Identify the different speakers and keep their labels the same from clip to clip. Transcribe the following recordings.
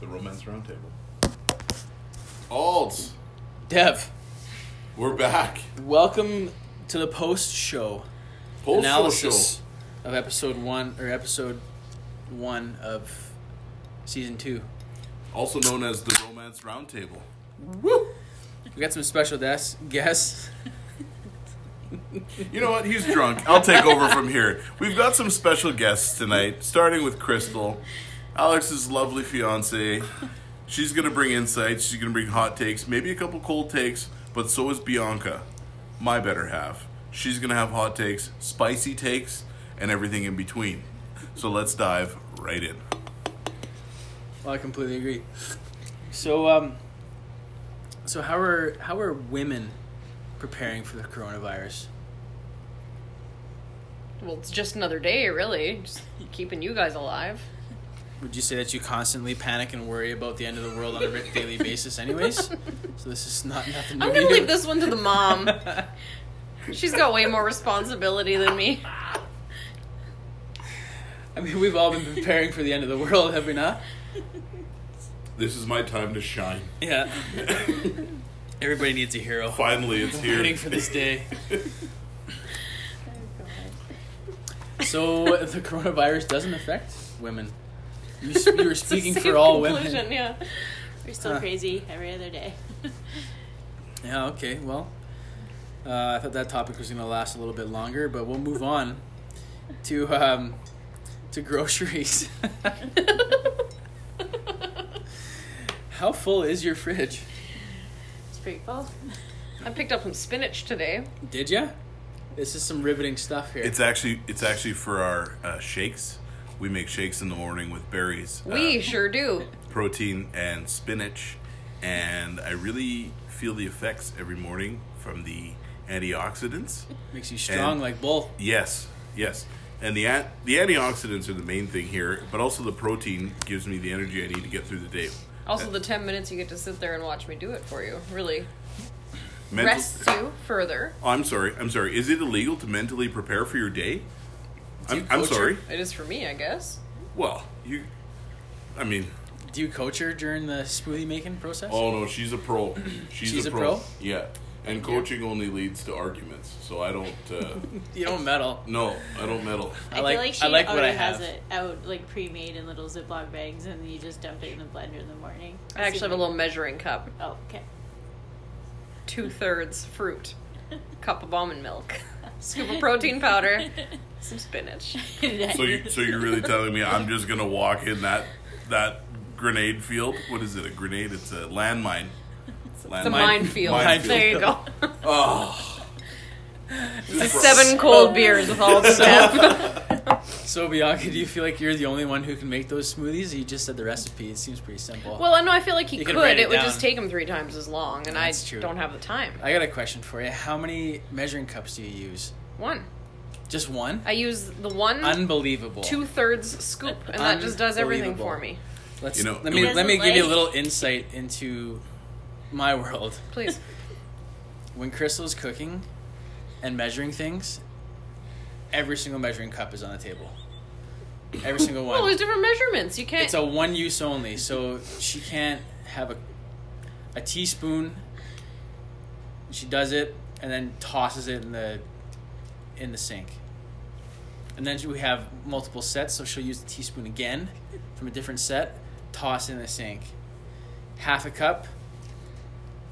Speaker 1: The Romance Roundtable.
Speaker 2: Alds,
Speaker 3: Dev,
Speaker 2: we're back.
Speaker 3: welcome to the post show
Speaker 2: Post
Speaker 3: analysis of episode one or episode one of season two.
Speaker 2: show, also known as the Romance Roundtable.
Speaker 3: We got some special des- guests.
Speaker 2: You know what? He's drunk. I'll take over from here. We've got some special guests tonight, starting with Crystal, Alex's lovely fiance. She's going to bring insights, she's going to bring hot takes, maybe a couple cold takes, but so is Bianca, my better half. She's going to have hot takes, spicy takes, and everything in between. So let's dive right in.
Speaker 3: Well, I completely agree. So, um, so how are how are women preparing for the coronavirus?
Speaker 4: Well, it's just another day, really. Just keeping you guys alive.
Speaker 3: Would you say that you constantly panic and worry about the end of the world on a ri- daily basis, anyways? So this is not nothing. new
Speaker 4: I'm
Speaker 3: to
Speaker 4: gonna
Speaker 3: you.
Speaker 4: leave this one to the mom. She's got way more responsibility than me.
Speaker 3: I mean, we've all been preparing for the end of the world, have we not?
Speaker 2: This is my time to shine.
Speaker 3: Yeah. Everybody needs a hero.
Speaker 2: Finally, it's here.
Speaker 3: Waiting for this day. So the coronavirus doesn't affect women. You, s- you were speaking for all women.
Speaker 4: Yeah.
Speaker 5: We're still
Speaker 3: Huh.
Speaker 5: crazy every other day.
Speaker 3: Yeah. Okay. Well, uh, I thought that topic was going to last a little bit longer, but we'll move on to um, to groceries. How full is your fridge?
Speaker 5: it's pretty cool.
Speaker 4: I picked up some spinach today.
Speaker 3: Did ya? This is some riveting stuff here.
Speaker 2: It's actually it's actually for our uh, shakes. We make shakes in the morning with berries, uh,
Speaker 4: We sure do.
Speaker 2: protein, and spinach. And I really feel the effects every morning from the antioxidants.
Speaker 3: Makes you strong
Speaker 2: and-
Speaker 3: like bull.
Speaker 2: Yes, yes. And the an- the antioxidants are the main thing here, but also the protein gives me the energy I need to get through the day.
Speaker 4: Also, the 10 minutes you get to sit there and watch me do it for you really
Speaker 2: Mental-
Speaker 4: rests you further.
Speaker 2: Oh, I'm sorry. I'm sorry. Is it illegal to mentally prepare for your day? I'm,
Speaker 3: you
Speaker 2: I'm
Speaker 3: coach your-
Speaker 2: sorry.
Speaker 4: It is for me, I guess.
Speaker 2: Well, you. I mean,
Speaker 3: Do you coach her during the smoothie making process?
Speaker 2: Oh no, she's a pro. She's,
Speaker 3: She's
Speaker 2: a,
Speaker 3: a
Speaker 2: pro.
Speaker 3: pro?
Speaker 2: Yeah, and coaching only leads to arguments. So I don't. Uh,
Speaker 3: You don't meddle.
Speaker 2: no, I don't meddle.
Speaker 5: I,
Speaker 3: like-
Speaker 5: feel like she
Speaker 3: I like what
Speaker 5: already
Speaker 3: I have.
Speaker 5: has it out like pre-made in little Ziploc bags, and you just dump it in the blender in the morning.
Speaker 4: I actually have a little measuring cup
Speaker 5: Oh, okay.
Speaker 4: two thirds fruit, cup of almond milk, scoop of protein powder, some spinach.
Speaker 2: So you, so you're really telling me I'm just gonna walk in that that grenade field? What is it? A grenade? It's a landmine.
Speaker 4: It's a
Speaker 2: Landmine.
Speaker 4: minefield.
Speaker 2: Minefield.
Speaker 4: There you go.
Speaker 2: Oh. Just
Speaker 4: Seven cold beers with all the stuff.
Speaker 3: So Bianca, do you feel like you're the only one who can make those smoothies? You just said the recipe. It seems pretty simple.
Speaker 4: Well, I know I feel like he
Speaker 3: You could
Speaker 4: could.
Speaker 3: write
Speaker 4: It,
Speaker 3: it
Speaker 4: would
Speaker 3: down.
Speaker 4: just take him three times as long, and I
Speaker 3: That's true.
Speaker 4: don't have the time.
Speaker 3: I got a question for you. How many measuring cups do you use?
Speaker 4: One.
Speaker 3: Just one?
Speaker 4: I use the one
Speaker 3: Unbelievable.
Speaker 4: two thirds scoop, and that just does everything for me.
Speaker 3: Let's
Speaker 2: You know,
Speaker 3: let
Speaker 2: it
Speaker 3: me
Speaker 2: was-
Speaker 3: let me give you a
Speaker 5: Like-
Speaker 3: little insight into my world.
Speaker 4: Please.
Speaker 3: When Crystal's cooking and measuring things, every single measuring cup is on the table. Every single one.
Speaker 4: Well, there's different measurements. You can't.
Speaker 3: it's a one use only, so she can't have a a teaspoon. She does it and then tosses it in the in the sink. And then we have multiple sets, so she'll use the teaspoon again from a different set, toss in the sink. Half a cup,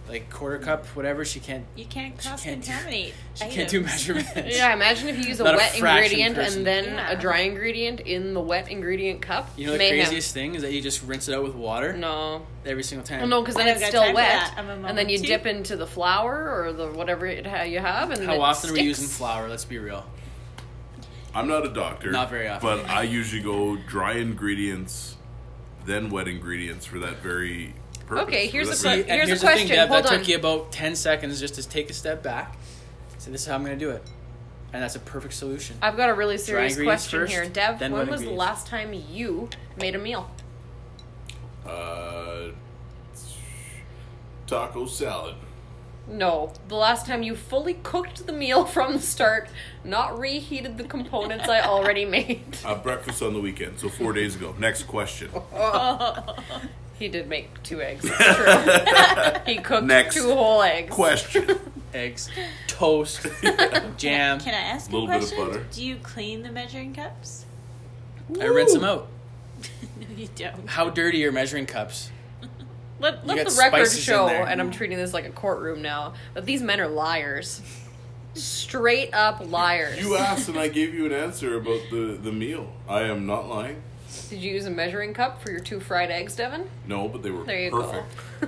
Speaker 3: like quarter cup, whatever. She can't.
Speaker 5: You can't
Speaker 3: She
Speaker 5: cross
Speaker 3: can't do-
Speaker 5: contaminate.
Speaker 3: She can't do measurements.
Speaker 4: yeah, imagine if you use a
Speaker 3: Not a
Speaker 4: wet
Speaker 3: fraction
Speaker 4: ingredient
Speaker 3: person.
Speaker 4: and then
Speaker 5: Yeah.
Speaker 4: a dry ingredient in the wet ingredient cup.
Speaker 3: You know the
Speaker 4: Mayhem.
Speaker 3: craziest thing is that you just rinse it out with water
Speaker 4: No.
Speaker 3: every single time.
Speaker 4: Well, no, because
Speaker 5: I
Speaker 4: then
Speaker 5: don't
Speaker 4: it's
Speaker 5: got
Speaker 4: still
Speaker 5: time for
Speaker 4: wet,
Speaker 5: that. I'm a
Speaker 4: and then
Speaker 5: mom
Speaker 4: you
Speaker 5: too.
Speaker 4: dip into the flour or the whatever it ha- you have, and
Speaker 3: How
Speaker 4: it
Speaker 3: often are we
Speaker 4: sticks.
Speaker 3: using flour? Let's be real.
Speaker 2: I'm not a doctor.
Speaker 3: Not very often.
Speaker 2: But I usually go dry ingredients, then wet ingredients for that very purpose.
Speaker 4: Okay,
Speaker 2: for
Speaker 4: here's
Speaker 2: that
Speaker 4: the
Speaker 2: very-
Speaker 4: question.
Speaker 3: and
Speaker 4: Here's
Speaker 3: here's
Speaker 4: a
Speaker 3: the thing, Deb,
Speaker 4: Hold
Speaker 3: that
Speaker 4: on.
Speaker 3: took you about 10 seconds just to take a step back. So this is how I'm going to do it. And that's a perfect solution.
Speaker 4: I've got a really serious
Speaker 3: ingredients
Speaker 4: question
Speaker 3: first,
Speaker 4: here, Dev.
Speaker 3: then
Speaker 4: When
Speaker 3: wet
Speaker 4: was the
Speaker 3: ingredients.
Speaker 4: last time you made a meal?
Speaker 2: Uh, taco salad.
Speaker 4: No, the last time you fully cooked the meal from the start, not reheated the components I already made.
Speaker 2: Uh, breakfast on the weekend, so four days ago. Next question.
Speaker 4: He did make two eggs. It's true. he cooked
Speaker 2: Next
Speaker 4: two whole eggs.
Speaker 2: Question.
Speaker 3: Eggs, toast, jam.
Speaker 5: Can I ask
Speaker 2: Little
Speaker 5: you a
Speaker 2: bit of
Speaker 5: question?
Speaker 2: butter.
Speaker 5: Do you clean the measuring cups?
Speaker 3: I rinse them out.
Speaker 5: no, you don't.
Speaker 3: How dirty are measuring cups?
Speaker 4: Let, let
Speaker 3: got
Speaker 4: the record
Speaker 3: spices in
Speaker 4: show,
Speaker 3: there.
Speaker 4: and I'm treating this like a courtroom now, that these men are liars. Straight up liars.
Speaker 2: You asked and I gave you an answer about the, the meal. I am not lying.
Speaker 4: Did you use a measuring cup for your two fried eggs, Devin?
Speaker 2: No, but they were
Speaker 4: There you
Speaker 2: perfect.
Speaker 4: go.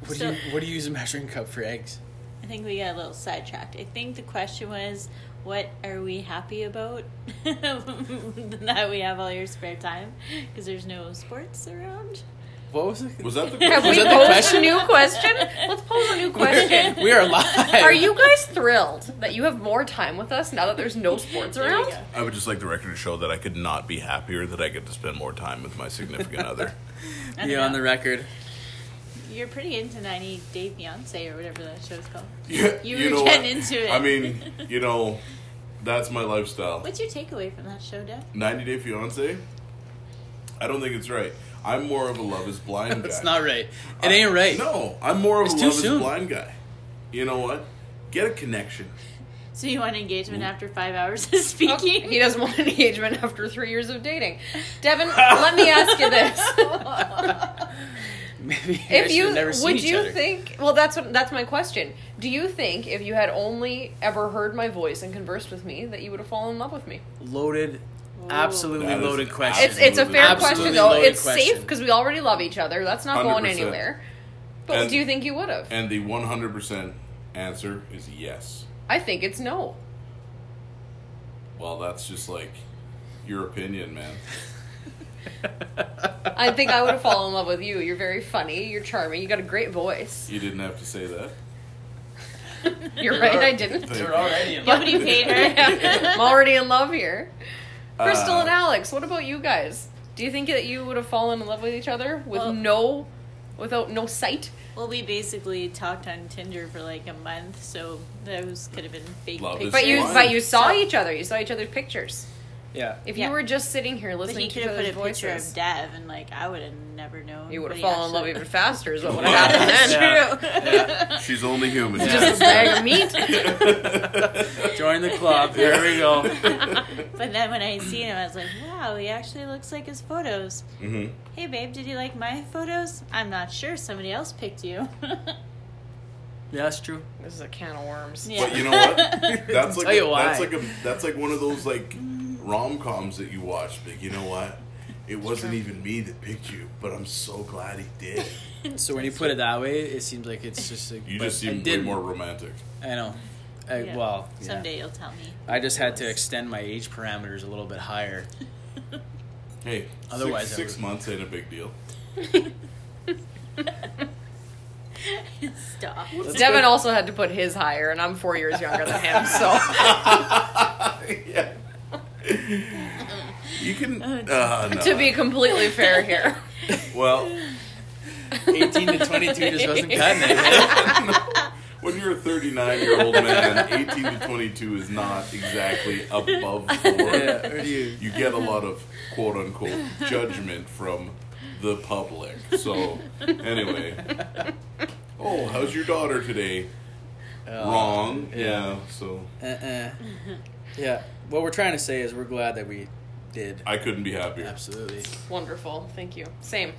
Speaker 3: What do
Speaker 5: So-
Speaker 3: you What do you use a measuring cup for eggs?
Speaker 5: I think we got a little sidetracked. I think the question was, what are we happy about that we have all your spare time? Because there's no sports around.
Speaker 3: What was it?
Speaker 2: Was that the
Speaker 4: Have
Speaker 2: question?
Speaker 3: Was
Speaker 4: we
Speaker 3: that the
Speaker 4: posed
Speaker 3: question?
Speaker 4: a new question? Let's pose a new question.
Speaker 3: we are live.
Speaker 4: Are you guys thrilled that you have more time with us now that there's no sports
Speaker 5: There we
Speaker 4: around?
Speaker 5: go.
Speaker 2: I would just like the record to show that I could not be happier that I get to spend more time with my significant other.
Speaker 3: Be on the record.
Speaker 5: You're pretty into 90 Day Fiance or whatever that show's called.
Speaker 2: You,
Speaker 5: You
Speaker 2: you
Speaker 5: were
Speaker 2: know
Speaker 5: getting
Speaker 2: what?
Speaker 5: into it.
Speaker 2: I mean, you know, that's my lifestyle.
Speaker 5: What's your takeaway from that show, Dev?
Speaker 2: 90 Day Fiance? I don't think it's right. I'm more of a Love is Blind guy.
Speaker 3: It's not right. It ain't right.
Speaker 2: Uh, No, I'm more of
Speaker 3: It's
Speaker 2: a
Speaker 3: too
Speaker 2: Love
Speaker 3: soon.
Speaker 2: is Blind guy. You know what? Get a connection.
Speaker 5: So you want engagement after five hours of
Speaker 4: Mm. Oh,
Speaker 5: speaking?
Speaker 4: He doesn't want engagement after three years of dating. Devin, let me ask you this.
Speaker 3: Maybe you guys
Speaker 4: if
Speaker 3: should
Speaker 4: you
Speaker 3: have never seen
Speaker 4: would
Speaker 3: each
Speaker 4: you
Speaker 3: other.
Speaker 4: think well that's what that's my question do you think if you had only ever heard my voice and conversed with me that you would have fallen in love with me
Speaker 3: loaded,
Speaker 5: Ooh.
Speaker 3: absolutely
Speaker 2: That is
Speaker 3: loaded question.
Speaker 4: it's it's a fair
Speaker 3: Absolutely
Speaker 4: question though
Speaker 3: loaded
Speaker 4: it's
Speaker 3: question.
Speaker 4: safe because we already love each other that's not going
Speaker 2: 100%.
Speaker 4: anywhere but
Speaker 2: And-
Speaker 4: do you think you would have
Speaker 2: And the 100% answer is yes.
Speaker 4: i think it's no
Speaker 2: Well, that's just like your opinion, man.
Speaker 4: i think i would have fallen in love with you you're very funny you're charming you got a great voice
Speaker 2: You didn't have to say that.
Speaker 4: you're right i didn't
Speaker 2: Thank
Speaker 3: They're
Speaker 2: you.
Speaker 3: already in
Speaker 5: Nobody paid her.
Speaker 4: i'm already in love here
Speaker 2: Uh,
Speaker 4: crystal and alex what about you guys do you think that you would have fallen in love with each other with
Speaker 5: Well-
Speaker 4: no without no sight
Speaker 5: Well, we basically talked on Tinder for like a month, so those could have been fake
Speaker 2: Love is
Speaker 5: pictures.
Speaker 4: But you,
Speaker 2: Why?
Speaker 4: but you saw each other. You saw each other's pictures.
Speaker 3: Yeah.
Speaker 4: If
Speaker 5: Yeah.
Speaker 4: you were just sitting here
Speaker 5: But he
Speaker 4: listening to
Speaker 5: could
Speaker 4: each
Speaker 5: have put
Speaker 4: other's
Speaker 5: a picture of
Speaker 4: voices,
Speaker 5: Dev, and like I would have never known.
Speaker 4: you would have
Speaker 5: what he
Speaker 4: fallen in love
Speaker 5: actually-
Speaker 4: even faster. Is what would
Speaker 2: Wow.
Speaker 4: have happened then?
Speaker 3: Yeah.
Speaker 2: She's only human.
Speaker 3: Yeah.
Speaker 4: Just a bag of meat.
Speaker 3: Join the club. There we go.
Speaker 5: But then when I seen him, I was like, wow, he actually looks like his photos.
Speaker 2: hmm
Speaker 5: Hey, babe, did you like my photos? I'm not sure. Somebody else picked you.
Speaker 3: Yeah, that's true.
Speaker 4: This is a can of worms.
Speaker 5: Yeah.
Speaker 2: But you know what? That's like
Speaker 3: Tell you
Speaker 2: a,
Speaker 3: why.
Speaker 2: that's like a that's like one of those like rom coms that you watch. Like you know what? It wasn't even me that picked you, but I'm so glad he did.
Speaker 3: So when you put it that way, it seems like it's just like
Speaker 2: You
Speaker 3: but
Speaker 2: just
Speaker 3: I
Speaker 2: seem way
Speaker 3: didn't.
Speaker 2: more romantic.
Speaker 3: I know. I,
Speaker 5: Yeah.
Speaker 3: Well, yeah.
Speaker 5: Someday you'll tell me.
Speaker 3: I just had to extend my age parameters a little bit higher.
Speaker 2: Hey,
Speaker 3: Otherwise,
Speaker 2: six,
Speaker 3: I
Speaker 2: six
Speaker 3: would-
Speaker 2: months ain't a big deal.
Speaker 5: Stop.
Speaker 4: Devin also had to put his higher, and I'm four years younger than him. So
Speaker 2: yeah. You can. Uh, no.
Speaker 4: to be completely fair here,
Speaker 2: well,
Speaker 3: 18 to 22 just wasn't cutting it.
Speaker 2: when you're a 39 year old man, 18 to 22 is not exactly above board.
Speaker 3: Yeah, or do you-
Speaker 2: you get a lot of quote unquote judgment from the public. So, anyway. Oh, how's your daughter today?
Speaker 3: Uh,
Speaker 2: Wrong.
Speaker 3: yeah.
Speaker 2: Yeah. So,
Speaker 3: Uh-uh. Yeah. What we're trying to say is we're glad that we did.
Speaker 2: I couldn't be happier.
Speaker 3: Absolutely.
Speaker 4: wonderful. Thank you. Same.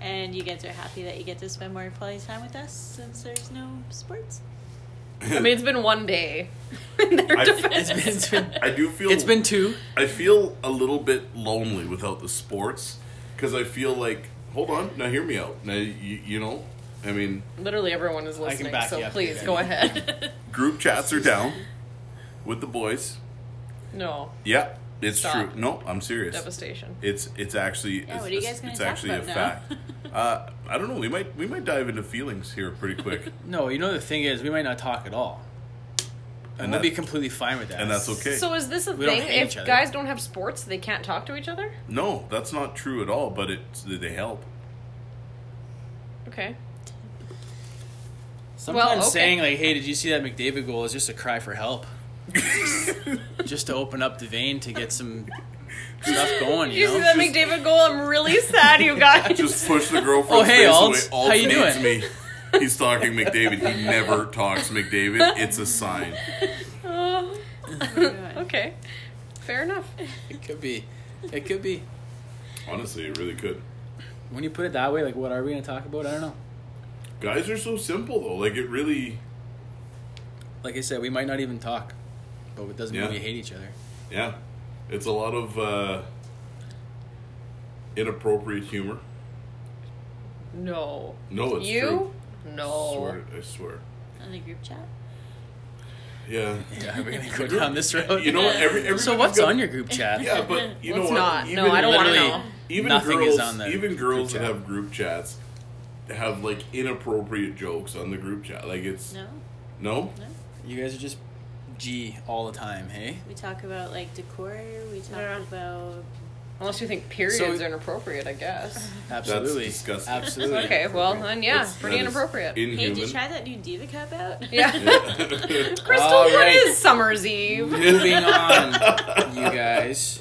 Speaker 5: And you guys are happy that you get to spend more quality time with us since there's no sports?
Speaker 4: I mean, it's been one day. In their
Speaker 2: I-
Speaker 3: It's
Speaker 4: defense.
Speaker 3: been, it's been,
Speaker 2: I do feel
Speaker 3: it's been two.
Speaker 2: I feel a little bit lonely without the sports because I feel like hold on now hear me out now you, you know I mean
Speaker 4: Literally everyone is
Speaker 3: can
Speaker 4: listening.
Speaker 3: back you
Speaker 4: So
Speaker 3: up
Speaker 4: please
Speaker 3: here,
Speaker 4: go
Speaker 3: Devin.
Speaker 4: ahead.
Speaker 2: group chats are down with the boys
Speaker 4: no
Speaker 2: yeah it's
Speaker 4: Stop.
Speaker 2: true no I'm serious
Speaker 4: devastation.
Speaker 2: it's it's actually
Speaker 5: Yeah,
Speaker 2: it's,
Speaker 5: what are you
Speaker 2: it's-
Speaker 5: guys gonna
Speaker 2: it's
Speaker 5: talk
Speaker 2: actually
Speaker 5: about
Speaker 2: a
Speaker 5: now?
Speaker 2: fact uh, I don't know we might we might dive into feelings here pretty quick
Speaker 3: No, you know the thing is, we might not talk at all, and,
Speaker 2: And
Speaker 3: we'll
Speaker 2: that-
Speaker 3: be completely fine with that.
Speaker 2: and that's okay
Speaker 4: So is this a
Speaker 3: We don't
Speaker 4: thing?
Speaker 3: hate
Speaker 4: If
Speaker 3: each other.
Speaker 4: guys don't have sports, they can't talk to each other.
Speaker 2: no that's not true at all but it's they help
Speaker 4: Okay.
Speaker 3: Sometimes
Speaker 4: okay.
Speaker 3: saying like, "Hey, did you see that McDavid goal?" is just a cry for help, just to open up the vein to get some stuff going.
Speaker 4: You
Speaker 3: You
Speaker 4: see
Speaker 3: know,
Speaker 4: that make David go? I'm really sad, you guys.
Speaker 2: Just push the girlfriend.
Speaker 3: Oh, hey,
Speaker 2: face
Speaker 3: Alts.
Speaker 2: away. Alts
Speaker 3: How you
Speaker 2: needs
Speaker 3: doing?
Speaker 2: Me. He's talking McDavid. He never talks McDavid. It's a sign.
Speaker 4: Oh,
Speaker 5: okay.
Speaker 4: okay, fair enough.
Speaker 3: it could be. It could be.
Speaker 2: Honestly, it really could.
Speaker 3: When you put it that way, like, what are we gonna talk about? I don't know.
Speaker 2: Guys are so simple though. Like it really.
Speaker 3: Like I said, we might not even talk, but it doesn't
Speaker 2: Yeah.
Speaker 3: mean we hate each other.
Speaker 2: Yeah, it's a lot of uh, inappropriate humor.
Speaker 4: No.
Speaker 2: No, it's
Speaker 4: you?
Speaker 2: true.
Speaker 3: Oh.
Speaker 2: I
Speaker 4: No.
Speaker 2: swear, I swear.
Speaker 5: On the group chat.
Speaker 2: Yeah.
Speaker 3: Yeah, we're gonna go down this road.
Speaker 2: You know what? Every, everybody
Speaker 3: so what's on your group chat?
Speaker 2: Yeah, but you know
Speaker 4: Let's
Speaker 2: what?
Speaker 4: not. No, I don't wanna
Speaker 3: Literally,
Speaker 4: know.
Speaker 2: Even
Speaker 3: nothing
Speaker 2: girls,
Speaker 3: is on the
Speaker 2: even
Speaker 3: group
Speaker 2: girls that
Speaker 3: chat.
Speaker 2: have group chats have like inappropriate jokes on the group chat. Like it's
Speaker 5: No,
Speaker 2: no,
Speaker 5: no.
Speaker 3: You guys are just G all the time, hey?
Speaker 5: We talk about like decor. We talk
Speaker 4: Yeah.
Speaker 5: about
Speaker 4: Unless you think periods
Speaker 3: So-
Speaker 4: are inappropriate, I guess.
Speaker 3: Absolutely.
Speaker 2: disgusting.
Speaker 3: Absolutely.
Speaker 4: Okay, well then, yeah,
Speaker 2: That's-
Speaker 4: pretty
Speaker 2: that is
Speaker 4: inappropriate.
Speaker 5: Hey, did you
Speaker 2: inhuman.
Speaker 5: try that new diva cup out?
Speaker 4: yeah.
Speaker 2: Yeah.
Speaker 4: Crystal,
Speaker 3: All
Speaker 4: what
Speaker 3: right.
Speaker 4: is Summer's Eve?
Speaker 3: Moving on, you guys.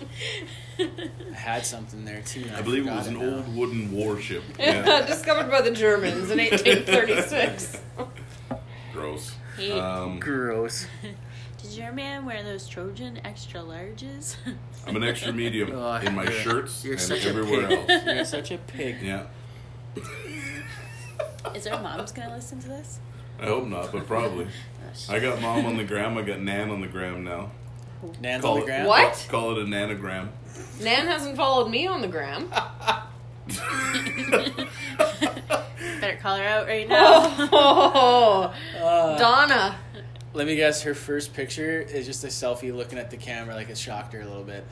Speaker 3: I had something there too. and
Speaker 2: I believe it
Speaker 3: forgot
Speaker 2: was an
Speaker 3: now.
Speaker 2: old wooden warship. Yeah,
Speaker 4: Discovered by the Germans in 1836.
Speaker 2: gross.
Speaker 5: Hey.
Speaker 2: Um,
Speaker 3: Gross.
Speaker 5: Did your man wear those Trojan extra larges?
Speaker 2: I'm an extra medium
Speaker 3: Oh,
Speaker 2: in my
Speaker 3: you're-
Speaker 2: shirts
Speaker 3: you're
Speaker 2: and
Speaker 3: such a
Speaker 2: everywhere
Speaker 3: pig.
Speaker 2: else.
Speaker 3: You're such a pig.
Speaker 2: Yeah,
Speaker 5: Is our mom's gonna listen to this?
Speaker 2: I hope not, but probably.
Speaker 5: Oh, sh-
Speaker 2: I got mom on the gram. I got nan on the gram now.
Speaker 3: Nan's
Speaker 2: Call
Speaker 3: on the
Speaker 2: it-
Speaker 3: ground.
Speaker 4: What?
Speaker 2: Call it a nanogram.
Speaker 4: Nan hasn't followed me on the gram.
Speaker 5: Better call her out right now.
Speaker 4: Oh,
Speaker 3: Uh,
Speaker 4: Donna.
Speaker 3: let me guess. Her first picture is just a selfie looking at the camera, like it shocked her a little bit.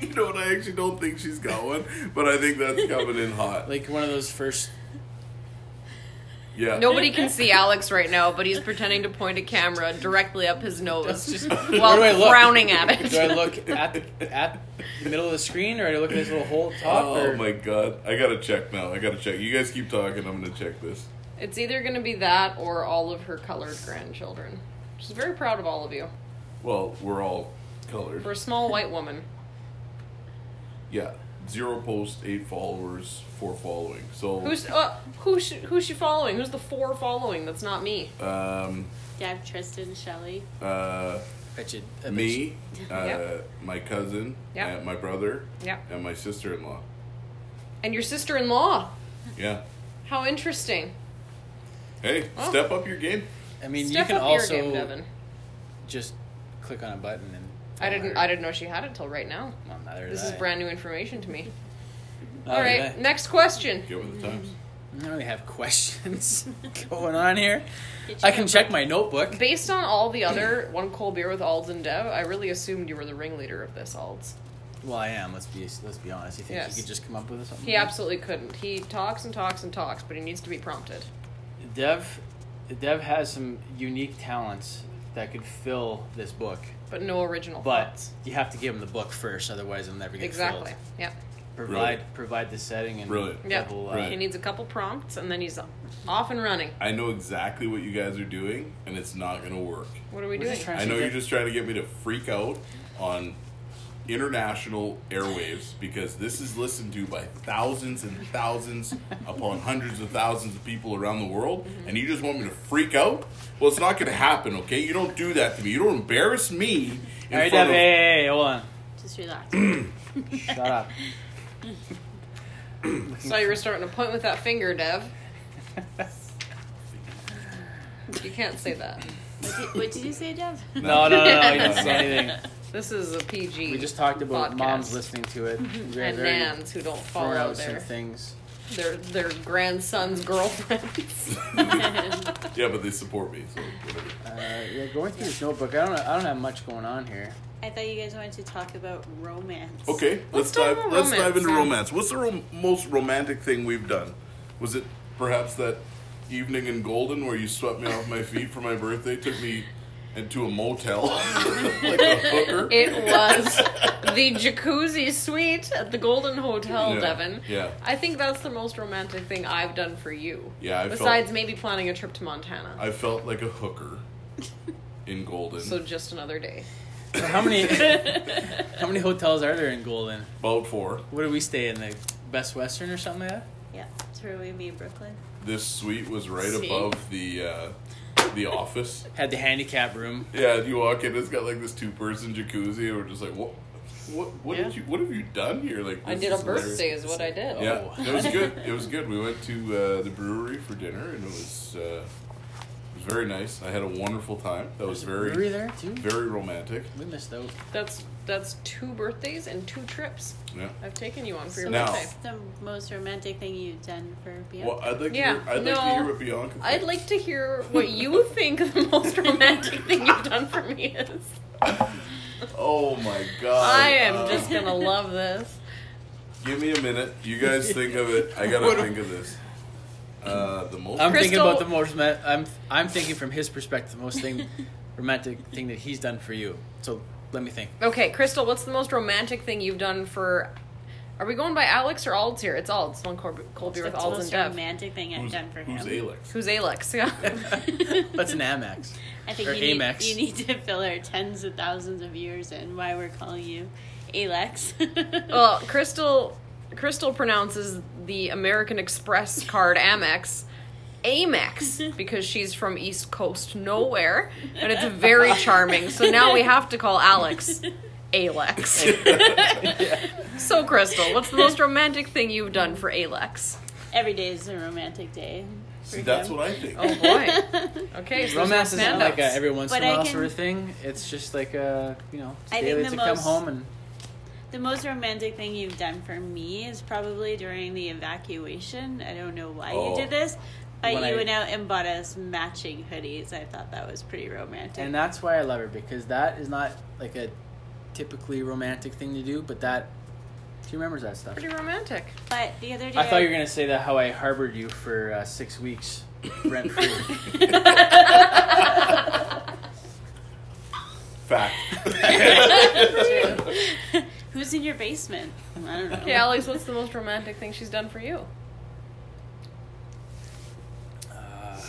Speaker 2: you know what? I actually don't think she's got one, but I think that's coming in hot.
Speaker 3: Like one of those first.
Speaker 2: yeah.
Speaker 4: Nobody can see Alex right now, but he's pretending to point a camera directly up his nose
Speaker 3: That's just.
Speaker 4: while
Speaker 3: where do I look?
Speaker 4: frowning at it.
Speaker 3: Do I look at the at the middle of the screen, or do I look at this little hole at the top?
Speaker 2: Oh
Speaker 3: or-
Speaker 2: my god! I gotta check now. I gotta check. You guys keep talking. I'm gonna check this.
Speaker 4: It's either going to be that or all of her colored grandchildren. She's very proud of all of you.
Speaker 2: Well, we're all colored.
Speaker 4: For a small white woman.
Speaker 2: Yeah. Zero post, eight followers, four following. So
Speaker 4: Who's uh, who's she, who's she following? Who's the four following? That's not me.
Speaker 2: um
Speaker 5: Dab, Tristan, Shelley.
Speaker 2: uh
Speaker 3: Bet you- I bet you-
Speaker 2: me, uh
Speaker 4: Yep.
Speaker 2: my cousin,
Speaker 4: Yep.
Speaker 2: and my brother,
Speaker 4: Yeah.
Speaker 2: and my sister in law.
Speaker 4: And your sister-in-law.
Speaker 2: Yeah.
Speaker 4: How interesting.
Speaker 2: Hey,
Speaker 4: Oh.
Speaker 2: step up your game.
Speaker 3: I mean,
Speaker 4: Step
Speaker 3: you can
Speaker 4: up
Speaker 3: also
Speaker 4: your game, Devin.
Speaker 3: just click on a button and.
Speaker 4: I didn't I didn't know she had it till right now.
Speaker 3: Well, neither
Speaker 4: This
Speaker 3: did
Speaker 4: is
Speaker 3: I.
Speaker 4: brand new information to me.
Speaker 3: Neither
Speaker 4: All right,
Speaker 3: did I.
Speaker 4: next question.
Speaker 2: Get with the times.
Speaker 3: I don't really have questions going on here.
Speaker 5: Get
Speaker 3: I
Speaker 5: your
Speaker 3: can check my notebook.
Speaker 4: Based on all the other one cold beer with Alds and Dev, I really assumed you were the ringleader of this Alds.
Speaker 3: Well, I am. Let's be let's be honest. You think
Speaker 4: Yes.
Speaker 3: you could just come up with something?
Speaker 4: He absolutely couldn't. He talks and talks and talks, but he needs to be prompted.
Speaker 3: Dev, Dev has some unique talents that could fill this book,
Speaker 4: But no original
Speaker 3: but
Speaker 4: thoughts.
Speaker 3: you have to give him the book first, otherwise it'll never get
Speaker 4: Exactly.
Speaker 3: filled.
Speaker 4: Yeah.
Speaker 3: Provide
Speaker 2: Brilliant.
Speaker 3: provide the setting and
Speaker 2: Brilliant.
Speaker 4: Yeah.
Speaker 3: the whole, uh,
Speaker 2: Brilliant.
Speaker 4: He needs a couple prompts and then he's off and running.
Speaker 2: I know exactly what you guys are doing, and it's not gonna work.
Speaker 4: What are we
Speaker 3: We're
Speaker 4: doing?
Speaker 3: just trying-
Speaker 2: I know
Speaker 3: Actually,
Speaker 2: you're
Speaker 3: that-
Speaker 2: just trying to get me to freak out on international airwaves because this is listened to by thousands and thousands upon hundreds of thousands of people around the world and you just want me to freak out well it's not going to happen okay you don't do that to me you don't embarrass me in
Speaker 3: All right, Dev.
Speaker 2: front of-
Speaker 3: Hey, hey, hey, hold on.
Speaker 5: Just relax.
Speaker 3: Shut up.
Speaker 4: Saw you were starting to point with that finger, Dev. You can't say that.
Speaker 5: what, did, what did you say, Deb?
Speaker 3: No, no, no, no. You didn't say anything.
Speaker 4: This is a PG.
Speaker 3: We just talked about
Speaker 4: podcast.
Speaker 3: moms listening to it. You guys
Speaker 4: and
Speaker 3: already
Speaker 4: nans who don't
Speaker 3: thrown
Speaker 4: follow
Speaker 3: out some
Speaker 4: their
Speaker 3: things.
Speaker 4: their their grandson's girlfriends.
Speaker 2: yeah but they support me so whatever.
Speaker 3: Uh, yeah, going through this notebook, I don't. I don't have much going on here.
Speaker 5: I thought you guys wanted to talk about romance.
Speaker 2: okay
Speaker 4: Let's
Speaker 2: let's,
Speaker 4: talk
Speaker 2: dive
Speaker 4: about
Speaker 2: let's
Speaker 4: romance.
Speaker 2: dive into romance what's the rom- most romantic thing we've done was it perhaps that evening in golden where you swept me off my feet for my birthday took me into a motel like a hooker
Speaker 4: It was the jacuzzi suite at the Golden Hotel,
Speaker 2: Yeah,
Speaker 4: Devon.
Speaker 2: yeah.
Speaker 4: I think that's the most romantic thing I've done for you.
Speaker 2: Yeah, I felt-
Speaker 4: Besides maybe planning a trip to Montana.
Speaker 2: I felt like a hooker in Golden.
Speaker 4: so just another day.
Speaker 3: So how many how many hotels are there in Golden?
Speaker 2: About four.
Speaker 3: What did we stay in the Best Western or something like that?
Speaker 5: yeah, it's where we be Brooklyn.
Speaker 2: This suite was right
Speaker 4: See?
Speaker 2: above the uh, the office.
Speaker 3: Had the handicap room.
Speaker 2: Yeah, and you walk in, it's got like this two person jacuzzi, and we're just like, what, what, what did
Speaker 3: Yeah.
Speaker 2: you, what have you done here? Like,
Speaker 4: I
Speaker 2: this
Speaker 4: did a
Speaker 2: is hilarious.
Speaker 4: birthday, is what I did.
Speaker 2: Yeah,
Speaker 3: Oh.
Speaker 2: it was good. It was good. We went to uh, the brewery for dinner, and it was uh, it was very nice. I had a wonderful time. That was
Speaker 3: Were we
Speaker 2: very
Speaker 3: there too?
Speaker 2: very romantic.
Speaker 3: We missed out.
Speaker 4: That's that's two birthdays and two trips
Speaker 2: Yeah.
Speaker 4: I've taken you on for your
Speaker 2: Now-
Speaker 4: birthday.
Speaker 5: What's the most romantic thing you've done for Bianca?
Speaker 2: Well, uh, I'd like
Speaker 4: Yeah,
Speaker 2: to hear, I'd like to
Speaker 4: no.
Speaker 2: hear what Bianca.
Speaker 4: I'd
Speaker 2: thinks.
Speaker 4: like to hear what you think the most romantic thing you've done for me is.
Speaker 2: Oh my god!
Speaker 4: I am
Speaker 2: Uh,
Speaker 4: just gonna love this.
Speaker 2: Give me a minute. You guys think of it. I gotta think of this. Uh, the most.
Speaker 3: I'm thinking
Speaker 4: Crystal-
Speaker 3: about the most. ma- I'm I'm thinking from his perspective, the most thing romantic thing that he's done for you. So let me think.
Speaker 4: Okay, Crystal, what's the most romantic thing you've done for? Are we going by Alex or Alds here? It's Alds. Sloan Col- Colby with
Speaker 5: What's the
Speaker 4: Alds and
Speaker 5: most
Speaker 4: Dev.
Speaker 5: romantic thing I've
Speaker 2: who's,
Speaker 5: done for him?
Speaker 2: who's Alex?
Speaker 4: Who's Alex? Yeah.
Speaker 3: That's an Amex.
Speaker 5: I think
Speaker 3: Or
Speaker 5: you need,
Speaker 3: Amex.
Speaker 5: you need to fill our tens of thousands of years in why we're calling you Alex.
Speaker 4: well, Uh, Crystal, Crystal pronounces the American Express card Amex. Amex because she's from East Coast nowhere, and it's very charming. So now we have to call Alex Alex. So Crystal, what's the most romantic thing you've done for Alex?
Speaker 5: Every day is a romantic day. for
Speaker 2: See, that's
Speaker 5: him.
Speaker 2: what I think.
Speaker 4: Oh boy. Okay, so
Speaker 3: Romance is not like a every once in
Speaker 5: But
Speaker 3: a
Speaker 5: I
Speaker 3: while
Speaker 5: can-
Speaker 3: sort of thing. It's just like a you know
Speaker 5: I think
Speaker 3: daily
Speaker 5: the
Speaker 3: to come
Speaker 5: most-
Speaker 3: home and
Speaker 5: The most romantic thing you've done for me is probably during the evacuation. I don't know why
Speaker 2: Oh.
Speaker 5: you did this, but
Speaker 3: When
Speaker 5: you
Speaker 3: I-
Speaker 5: went out and bought us matching hoodies. I thought that was pretty romantic.
Speaker 3: and that's why I love her because that is not like a typically romantic thing to do, but that she remembers that stuff.
Speaker 4: pretty romantic.
Speaker 5: but the other day,
Speaker 3: I thought you were gonna say that how I harbored you for uh, six weeks rent
Speaker 4: Oh.
Speaker 3: free.
Speaker 2: Fact.
Speaker 5: Who's in your basement? I don't know.
Speaker 4: Okay, Alex, what's the most romantic thing she's done for you?
Speaker 3: Uh,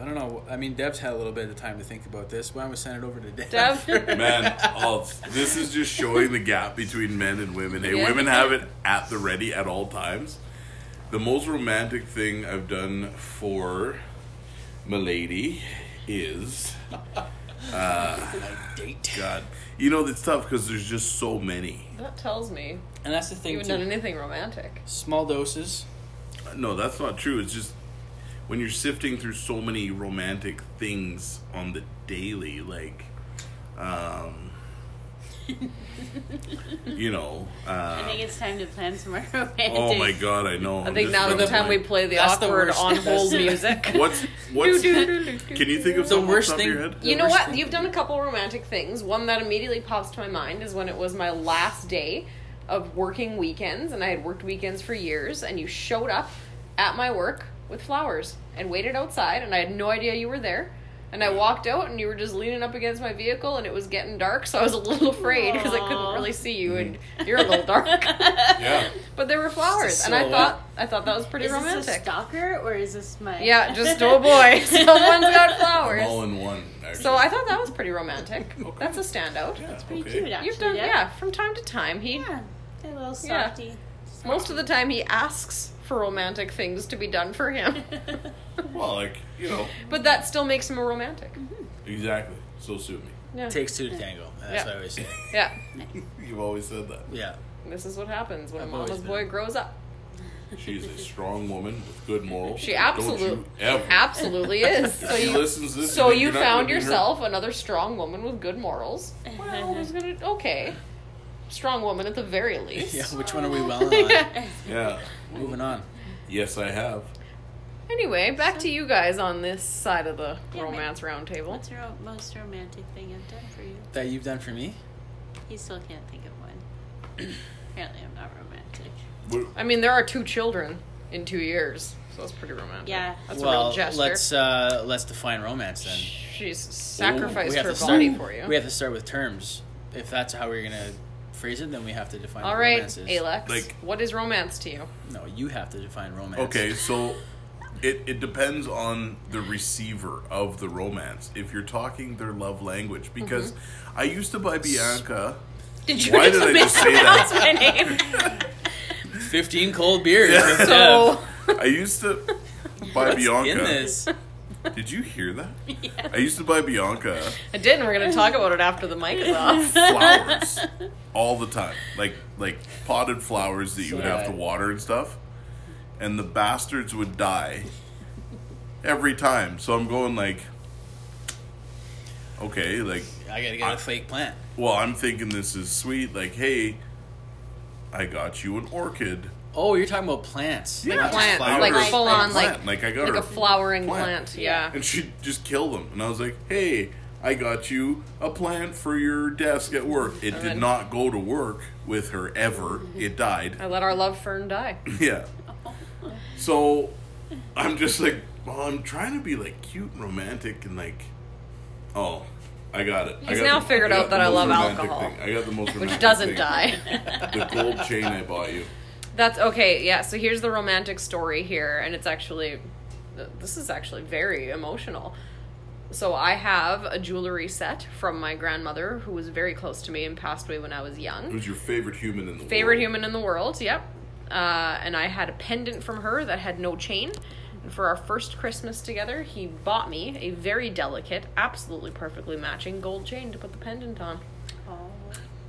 Speaker 3: I don't know. I mean, Deb's had a little bit of time to think about this. Why don't we send it over to Deb?
Speaker 4: Dev?
Speaker 2: Man, all, this is just showing the gap between men and women. Hey,
Speaker 4: Yeah.
Speaker 2: women have it at the ready at all times. The most romantic thing I've done for Milady is. uh,
Speaker 3: date.
Speaker 2: God. You know, it's tough because there's just so many.
Speaker 4: That tells me
Speaker 3: And that's the
Speaker 4: you
Speaker 3: thing
Speaker 4: haven't done
Speaker 3: too.
Speaker 4: anything romantic.
Speaker 3: Small doses.
Speaker 2: No, that's not true. It's just when you're sifting through so many romantic things on the daily, like, um, you know,
Speaker 5: I
Speaker 2: uh,
Speaker 5: think it's time to plan some more romantic.
Speaker 2: oh my god, I know.
Speaker 4: I think now is the time we play the
Speaker 3: That's the
Speaker 4: awkward
Speaker 3: worst.
Speaker 4: on hold music.
Speaker 2: What's what's? Can you think of
Speaker 3: The
Speaker 2: the worst
Speaker 3: worst
Speaker 2: thing? Your
Speaker 3: thing-
Speaker 2: head?
Speaker 4: You
Speaker 3: The
Speaker 4: know
Speaker 3: worst
Speaker 4: what?
Speaker 3: thing-
Speaker 4: You've done a couple romantic things. One that immediately pops to my mind is when it was my last day of working weekends, and I had worked weekends for years, and you showed up at my work with flowers and waited outside, and I had no idea you were there. And I walked out, and you were just leaning up against my vehicle, and it was getting dark, so I was a little afraid because I couldn't
Speaker 5: Aw.
Speaker 4: really see you, and you're a little dark.
Speaker 2: Yeah,
Speaker 4: but there were flowers, and I
Speaker 3: silhouette.
Speaker 4: thought I thought that was pretty
Speaker 5: Is
Speaker 4: romantic.
Speaker 5: this a stalker or is this my?
Speaker 4: yeah, just oh boy, someone's got
Speaker 2: I'm
Speaker 4: flowers.
Speaker 2: all in one. Actually.
Speaker 4: So I thought that was pretty romantic. That's a standout.
Speaker 2: yeah,
Speaker 5: pretty
Speaker 2: okay.
Speaker 5: cute. Actually,
Speaker 4: You've done, yeah.
Speaker 5: yeah.
Speaker 4: from time to time. He
Speaker 5: Yeah, a little
Speaker 4: Yeah.
Speaker 5: softy.
Speaker 4: most of the time he asks for romantic things to be done for him,
Speaker 2: Well, like you know,
Speaker 4: but that still makes him a romantic.
Speaker 2: exactly. So sue me.
Speaker 4: Yeah,
Speaker 3: Takes two to tango. That's
Speaker 4: Yeah.
Speaker 3: what I always say.
Speaker 4: yeah.
Speaker 2: You've always said that.
Speaker 3: Yeah.
Speaker 4: This is what happens when a
Speaker 3: I've always
Speaker 4: mama's
Speaker 3: been-
Speaker 4: boy grows up.
Speaker 2: She is a strong woman with good morals.
Speaker 4: She
Speaker 2: Don't
Speaker 4: absolutely,
Speaker 2: you ever.
Speaker 4: absolutely is. So
Speaker 2: She
Speaker 4: you,
Speaker 2: listens to this.
Speaker 4: so
Speaker 2: think
Speaker 4: you
Speaker 2: you're not
Speaker 4: found
Speaker 2: gonna be her-
Speaker 4: yourself another strong woman with good morals.
Speaker 5: Uh-huh.
Speaker 4: Well, who's gonna? Okay, strong woman at the very least.
Speaker 3: Yeah. Which one are we well on?
Speaker 2: Yeah.
Speaker 3: Moving on.
Speaker 2: Yes, I have.
Speaker 4: Anyway, back to you guys on this side of the
Speaker 5: Yeah, my-
Speaker 4: romance roundtable.
Speaker 5: What's your most romantic thing I've done for you?
Speaker 3: That you've done for me.
Speaker 5: He still can't think of one. Apparently, I'm not romantic.
Speaker 2: What-
Speaker 4: I mean, there are two children in two years, so that's pretty romantic.
Speaker 5: Yeah.
Speaker 4: that's a real
Speaker 3: well,
Speaker 4: gesture.
Speaker 3: let's uh, let's define romance then.
Speaker 4: She's
Speaker 3: We
Speaker 4: sacrificed
Speaker 3: have
Speaker 4: her
Speaker 3: to start-
Speaker 4: body for you.
Speaker 3: We have to start with terms. If that's how we're gonna phrase it, then we have to define
Speaker 4: All
Speaker 3: what
Speaker 4: right,
Speaker 3: romance is.
Speaker 4: Alex.
Speaker 2: Like-
Speaker 4: what is romance to you?
Speaker 3: No, you have to define romance.
Speaker 2: Okay, so It, it depends on the receiver of the romance if you're talking their love language
Speaker 3: Mm-hmm.
Speaker 2: because I used to buy Bianca.
Speaker 4: Did you
Speaker 2: Why
Speaker 4: just
Speaker 2: did I just say
Speaker 4: mispronounce
Speaker 2: that?
Speaker 4: my name?
Speaker 3: 15 cold beers.
Speaker 2: Yeah.
Speaker 3: with
Speaker 4: So
Speaker 2: I used to buy
Speaker 3: What's
Speaker 2: Bianca.
Speaker 3: in this?
Speaker 2: Did you hear that? I used to buy Bianca
Speaker 4: I didn't. We're gonna talk about it after the mic is off.
Speaker 2: flowers all the time, like like potted flowers that you would have to
Speaker 3: Yeah.
Speaker 2: water and stuff, and the bastards would die every time. So I'm going like, okay, like
Speaker 3: I gotta get a fake plant.
Speaker 2: well, I'm thinking this is sweet. Like, hey, I got you an orchid.
Speaker 3: Oh, you're talking about plants.
Speaker 2: Yeah.
Speaker 3: Not just
Speaker 4: Plant,
Speaker 2: flowers.
Speaker 4: like
Speaker 5: Like
Speaker 4: full
Speaker 5: a
Speaker 4: on, like
Speaker 2: plant, like I got
Speaker 4: like
Speaker 2: her.
Speaker 4: a flowering
Speaker 2: Plant.
Speaker 4: plant. Yeah.
Speaker 2: and she'd just kill them. And I was like, hey, I got you a plant for your desk at work. It did
Speaker 4: then-
Speaker 2: not go to work with her ever. It died.
Speaker 4: I let our love fern die.
Speaker 2: Yeah. So I'm just like, well, I'm trying to be like cute and romantic and like, oh, I got it. I
Speaker 4: He's
Speaker 2: got
Speaker 4: now
Speaker 2: the-
Speaker 4: figured
Speaker 2: I got the
Speaker 4: out that I
Speaker 2: most
Speaker 4: love
Speaker 2: romantic
Speaker 4: alcohol,
Speaker 2: thing. I got the most romantic
Speaker 4: Which doesn't
Speaker 2: thing.
Speaker 4: die.
Speaker 2: The gold chain I bought you.
Speaker 4: That's okay. Yeah. So here's the romantic story here, and it's actually, th- this is actually very emotional. So I have a jewelry set from my grandmother, who was very close to me and passed away when I was
Speaker 2: It
Speaker 4: young.
Speaker 2: was your favorite human in the
Speaker 4: Favorite
Speaker 2: world.
Speaker 4: human in the world. Yep. Uh, and I had a pendant from her that had no chain. And for our first Christmas together, he bought me a very delicate, absolutely perfectly matching gold chain to put the pendant on.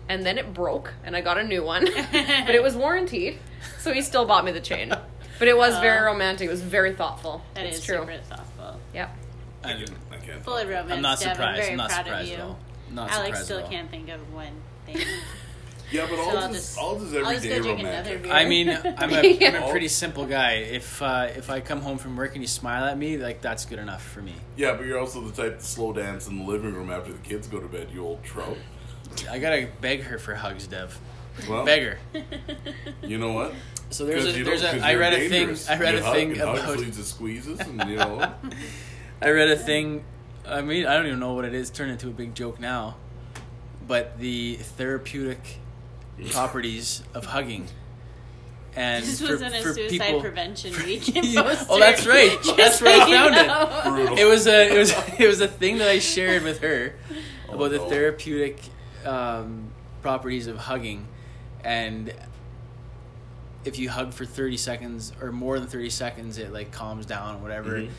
Speaker 4: and then it broke and I got a new one. but it was warrantied, so he still bought me the chain. But it was very romantic. It was very thoughtful.
Speaker 5: That
Speaker 4: it's
Speaker 5: is
Speaker 4: true.
Speaker 5: super thoughtful.
Speaker 4: Yeah.
Speaker 3: I
Speaker 2: I didn't- I can't.
Speaker 5: Full of romance.
Speaker 3: am not
Speaker 5: Deb. I'm
Speaker 3: surprised.
Speaker 5: very
Speaker 3: I'm not
Speaker 5: proud
Speaker 3: surprised
Speaker 5: of
Speaker 3: at
Speaker 5: you.
Speaker 3: all. Not
Speaker 5: Alex
Speaker 3: surprised
Speaker 5: still
Speaker 3: at all.
Speaker 5: can't think of one thing.
Speaker 2: Yeah, but all
Speaker 5: I'll
Speaker 2: this,
Speaker 5: just-
Speaker 2: all this
Speaker 5: I'll just
Speaker 2: everyday
Speaker 5: go drink another
Speaker 2: romantic.
Speaker 5: beer.
Speaker 3: I mean, I'm a, I'm
Speaker 2: Yeah.
Speaker 3: a pretty simple guy. If uh, if I come home from work and you smile at me, like that's good enough for me.
Speaker 2: Yeah, but you're also the type to slow dance in the living room after the kids go to bed, you old trout.
Speaker 3: I gotta beg her for hugs, Dev.
Speaker 2: Well,
Speaker 3: Beg her.
Speaker 2: you know what?
Speaker 3: So there's
Speaker 2: 'Cause
Speaker 3: a
Speaker 2: Oh. you
Speaker 3: there's
Speaker 2: don't-
Speaker 3: a
Speaker 2: 'cause
Speaker 3: I
Speaker 2: you're
Speaker 3: read
Speaker 2: dangerous.
Speaker 3: a thing I read
Speaker 2: You
Speaker 3: a
Speaker 2: hug
Speaker 3: thing
Speaker 2: and hugs
Speaker 3: about
Speaker 2: leads to squeezes, and you know.
Speaker 3: I read a thing. I mean, I don't even know what it is. Turned into a big joke now, but the therapeutic properties of hugging. And
Speaker 5: This
Speaker 3: for,
Speaker 5: was in a
Speaker 3: for
Speaker 5: suicide
Speaker 3: people,
Speaker 5: prevention weekend
Speaker 3: Yeah.
Speaker 5: poster.
Speaker 3: Oh, that's right.
Speaker 5: Just
Speaker 3: That's where I
Speaker 5: so you
Speaker 3: found it.
Speaker 5: know.
Speaker 2: brutal.
Speaker 3: it was a it was it was a thing that I shared with her about the
Speaker 2: Oh, no.
Speaker 3: therapeutic um, properties of hugging, and if you hug for thirty seconds or more than thirty seconds, it like calms down or whatever.
Speaker 2: Mhm.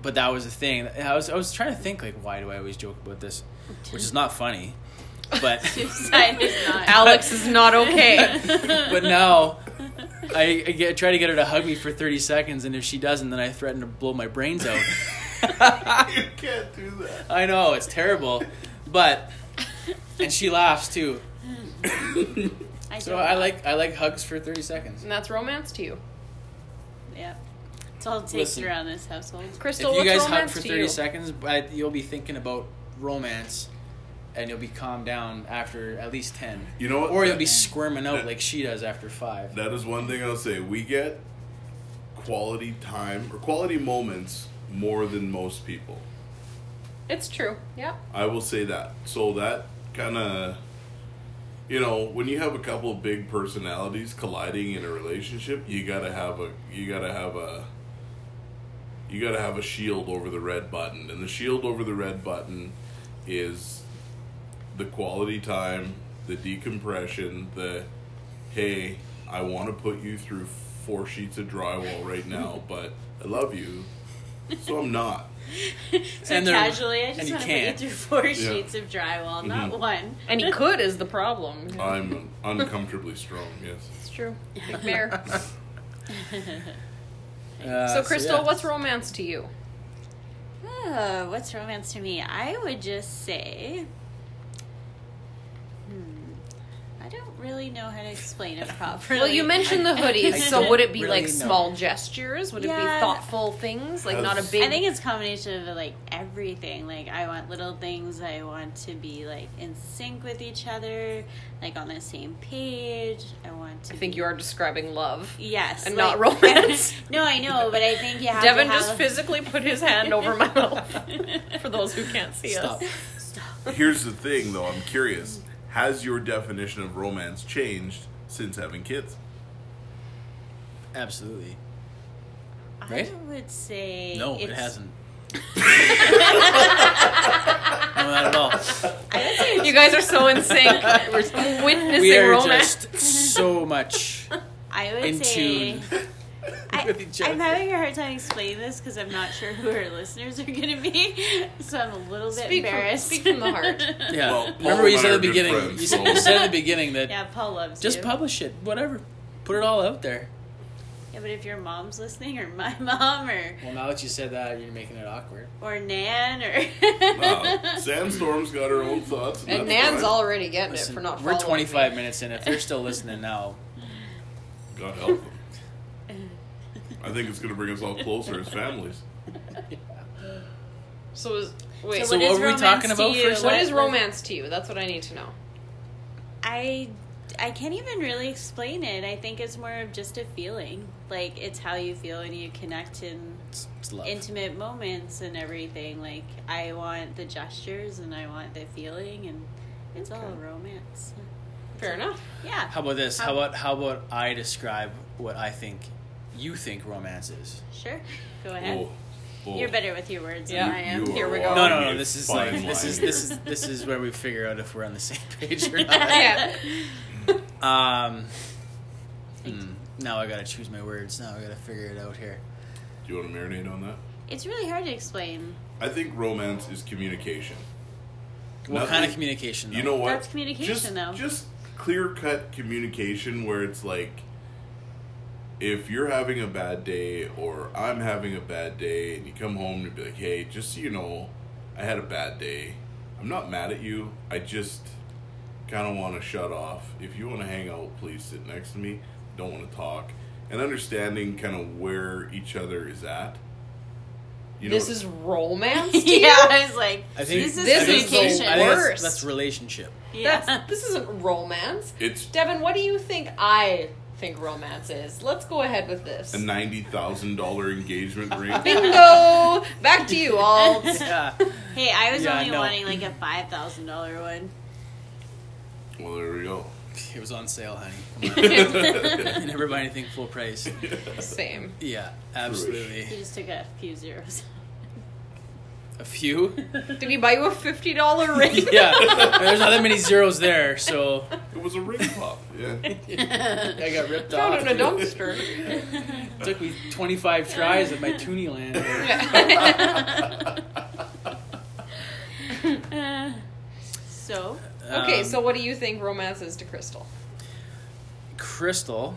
Speaker 3: But that was a thing. And I was I was trying to think like why do I always joke about this, which is not funny, but
Speaker 5: Suicide is not.
Speaker 4: Alex is not okay.
Speaker 3: but now. I, I get, try to get her to hug me for 30 seconds, and if she doesn't, then I threaten to blow my brains out.
Speaker 2: you can't do that.
Speaker 3: I know it's terrible, but and she laughs too.
Speaker 5: I
Speaker 3: So
Speaker 5: don't
Speaker 3: I
Speaker 5: know.
Speaker 3: like I like hugs for thirty seconds.
Speaker 4: and that's romance to you.
Speaker 5: Yeah. It's all it takes
Speaker 3: Listen.
Speaker 5: around this household.
Speaker 4: Crystal,
Speaker 3: if you
Speaker 4: what's
Speaker 3: guys hug
Speaker 4: romance
Speaker 3: for
Speaker 4: to
Speaker 3: thirty
Speaker 4: you?
Speaker 3: seconds, but you'll be thinking about romance, and you'll be calmed down after at least ten,
Speaker 2: You know what?
Speaker 3: or you'll
Speaker 2: That-
Speaker 3: be squirming out like she does after five.
Speaker 2: That is one thing I'll say. We get quality time or quality moments more than most people.
Speaker 4: It's true. Yeah.
Speaker 2: I will say that. So that kind of, you know, when you have a couple of big personalities colliding in a relationship, you gotta have a, you gotta have a, you gotta have a shield over the red button, and the shield over the red button is the quality time, the decompression, the, hey, I want to put you through four sheets of drywall right now, but I love you, so I'm not.
Speaker 5: So
Speaker 3: And they're-
Speaker 5: casually, I
Speaker 3: and
Speaker 5: just
Speaker 3: you
Speaker 5: want to put you
Speaker 3: can't. Mm-hmm.
Speaker 5: through four sheets of drywall, not one.
Speaker 4: And he could is the problem.
Speaker 2: I'm uncomfortably strong. Yes.
Speaker 3: Oh.
Speaker 4: It's true. Big bear.
Speaker 3: Uh,
Speaker 4: so Crystal,
Speaker 3: yeah.
Speaker 4: what's romance to you?
Speaker 5: Oh, what's romance to me? I would just say, hmm, I don't really know how to explain it properly.
Speaker 4: Well, you mentioned the hoodies,
Speaker 3: I
Speaker 4: so
Speaker 3: don't
Speaker 4: would it be
Speaker 3: really
Speaker 4: like
Speaker 3: know.
Speaker 4: small gestures? Would it be
Speaker 5: Yeah.
Speaker 4: thoughtful things? Like not a
Speaker 2: That's-
Speaker 4: big
Speaker 5: I think it's a combination of like everything. Like I want little things. I want to be like in sync with each other, like on the same page. I want to.
Speaker 4: I think
Speaker 5: be-
Speaker 4: you are describing love.
Speaker 5: Yes,
Speaker 4: and not romance.
Speaker 5: no, I know, but I think you have.
Speaker 4: Devin
Speaker 5: to
Speaker 4: just
Speaker 5: have
Speaker 4: physically put his hand over my mouth. For those who can't see
Speaker 3: Stop.
Speaker 4: us.
Speaker 2: Here's the thing, though. I'm curious. Has your definition of romance changed since having kids?
Speaker 3: Absolutely.
Speaker 4: I
Speaker 3: Right?
Speaker 5: I would say
Speaker 3: No, it
Speaker 5: it's-
Speaker 3: hasn't. no, not at all.
Speaker 5: I would say
Speaker 4: You guys are so in sync. We're witnessing
Speaker 3: We are
Speaker 4: romance.
Speaker 3: just so much
Speaker 5: I would
Speaker 3: in
Speaker 5: say
Speaker 3: tune.
Speaker 5: I,
Speaker 3: with each
Speaker 5: I'm
Speaker 3: other.
Speaker 5: having a hard time explaining this because I'm not sure who our listeners are going to be, so I'm a little bit
Speaker 4: Speak from-
Speaker 5: embarrassed.
Speaker 4: speak from the heart.
Speaker 3: Yeah.
Speaker 2: Well, Paul
Speaker 3: Remember what you
Speaker 2: and I
Speaker 3: said
Speaker 2: are good
Speaker 3: at the beginning.
Speaker 2: friends,
Speaker 3: you
Speaker 2: so-
Speaker 3: said, you said at the beginning that
Speaker 5: yeah, Paul loves
Speaker 3: just
Speaker 5: you.
Speaker 3: publish it, whatever. Put it all out there.
Speaker 5: Yeah, but if your mom's listening, or my mom, or
Speaker 3: Well, now that you said that, you're making it awkward.
Speaker 5: or Nan, or
Speaker 2: Wow. Sandstorm's got her own thoughts. that's
Speaker 4: And Nan's
Speaker 2: fine.
Speaker 4: already getting it
Speaker 3: Listen,
Speaker 4: for not
Speaker 3: we're
Speaker 4: following
Speaker 3: 25 minutes in. If they're still listening now,
Speaker 2: God help them. I think it's going to bring us all closer as families.
Speaker 4: me. So, is, wait,
Speaker 3: So
Speaker 4: so
Speaker 3: what
Speaker 5: what
Speaker 3: were
Speaker 5: is
Speaker 3: we
Speaker 5: romance
Speaker 3: talking
Speaker 5: to
Speaker 3: about
Speaker 5: you?
Speaker 3: first?
Speaker 4: what is romance to you? That's what I need to know.
Speaker 5: I I can't even really explain it. I think it's more of just a feeling. Like it's how you feel when you connect in
Speaker 3: it's, it's love.
Speaker 5: intimate moments and everything. Like I want the gestures and I want the feeling and it's all romance.
Speaker 4: Fair enough.
Speaker 5: Yeah.
Speaker 3: How about this? How
Speaker 5: How-
Speaker 3: about how about I describe what I think you think romance is?
Speaker 5: Sure. Go ahead.
Speaker 2: Oh, oh.
Speaker 5: You're better with your words
Speaker 4: Yeah.
Speaker 5: than I am.
Speaker 2: You
Speaker 4: Here
Speaker 2: are
Speaker 4: we go.
Speaker 2: walking
Speaker 3: No, no,
Speaker 2: a
Speaker 3: no. This is
Speaker 2: fine
Speaker 3: like this
Speaker 2: line
Speaker 3: is
Speaker 2: here.
Speaker 3: this is this is where we figure out if we're on the same page or not.
Speaker 4: Yeah.
Speaker 3: Um, hmm, now I gotta choose my words. Now I gotta figure it out here.
Speaker 2: Do you want to marinate on that?
Speaker 5: It's really hard to explain.
Speaker 2: I think romance is communication.
Speaker 3: What
Speaker 2: Nothing-
Speaker 3: kind of communication?
Speaker 2: You
Speaker 3: though?
Speaker 2: know what?
Speaker 5: That's communication,
Speaker 2: just,
Speaker 5: though.
Speaker 2: Just clear cut communication where it's like, if you're having a bad day or I'm having a bad day, and you come home and be like, hey, just so you know, I had a bad day. I'm not mad at you. I just kind of want to shut off. If you want to hang out, please sit next to me. Don't want to talk. And understanding kind of where each other is at. You
Speaker 4: this
Speaker 2: know,
Speaker 4: is romance to you?
Speaker 5: yeah, I was like,
Speaker 3: I think
Speaker 5: this is
Speaker 3: I think-
Speaker 5: communication.
Speaker 3: I think that's,
Speaker 4: Worst.
Speaker 3: that's relationship.
Speaker 5: yeah.
Speaker 4: That's, this isn't romance.
Speaker 2: it's
Speaker 4: Devin, what do you think I think romance is? Let's go ahead with this.
Speaker 2: a ninety thousand dollar engagement ring.
Speaker 4: Bingo! Back to you all.
Speaker 3: Yeah.
Speaker 5: Hey, I was
Speaker 3: Yeah,
Speaker 5: only
Speaker 3: no.
Speaker 5: wanting like a five thousand dollar one.
Speaker 2: Well, there we go.
Speaker 3: It was on sale, honey. Come on. I
Speaker 2: That's
Speaker 3: never buy anything full price.
Speaker 4: Same.
Speaker 3: Yeah, absolutely.
Speaker 5: You just took a few zeros.
Speaker 3: A few.
Speaker 4: Did he buy you a fifty dollar ring?
Speaker 3: yeah, there's not that many zeros there, so
Speaker 2: It was a ring pop. Yeah.
Speaker 3: I got ripped
Speaker 4: Found
Speaker 3: off.
Speaker 4: it in a dumpster.
Speaker 3: It took me 25 tries at my Toonie land.
Speaker 5: so,
Speaker 4: okay,
Speaker 3: Um,
Speaker 4: so what do you think romance is to Crystal?
Speaker 3: Crystal.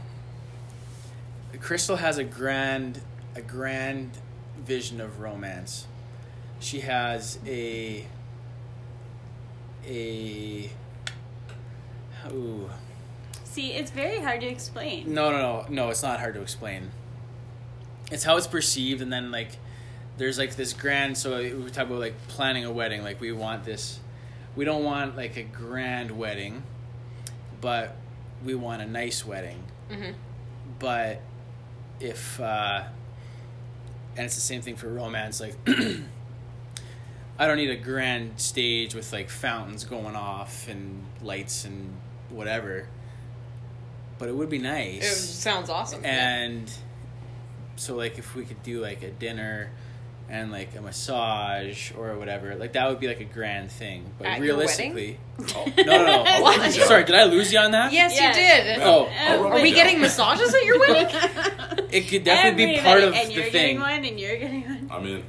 Speaker 3: Crystal has a grand, a grand vision of romance. She has a, a. Ooh.
Speaker 5: see, it's very hard to explain.
Speaker 3: No, no, no, no. It's not hard to explain. It's how it's perceived, and then like, there's like this grand. So we talk about like planning a wedding. Like we want this. We don't want like a grand wedding, but we want a nice wedding.
Speaker 4: Mhm.
Speaker 3: But if uh, and it's the same thing for romance. Like, I don't need a grand stage with like fountains going off and lights and whatever. But it would be nice
Speaker 4: It sounds awesome.
Speaker 3: and so like if we could do like a dinner and like a massage or whatever like that would be like a grand thing but
Speaker 4: At your
Speaker 3: realistically Oh, no no no
Speaker 4: What?
Speaker 3: sorry did i lose you on that
Speaker 4: yes,
Speaker 5: Yes.
Speaker 4: you did.
Speaker 3: oh
Speaker 5: Oh,
Speaker 4: Are we
Speaker 5: Yeah.
Speaker 4: getting massages at your wedding?
Speaker 3: it could definitely be
Speaker 5: Everybody-
Speaker 3: part of
Speaker 5: and
Speaker 3: the
Speaker 5: you're
Speaker 3: thing
Speaker 5: getting one, and you're getting one.
Speaker 2: I'm in.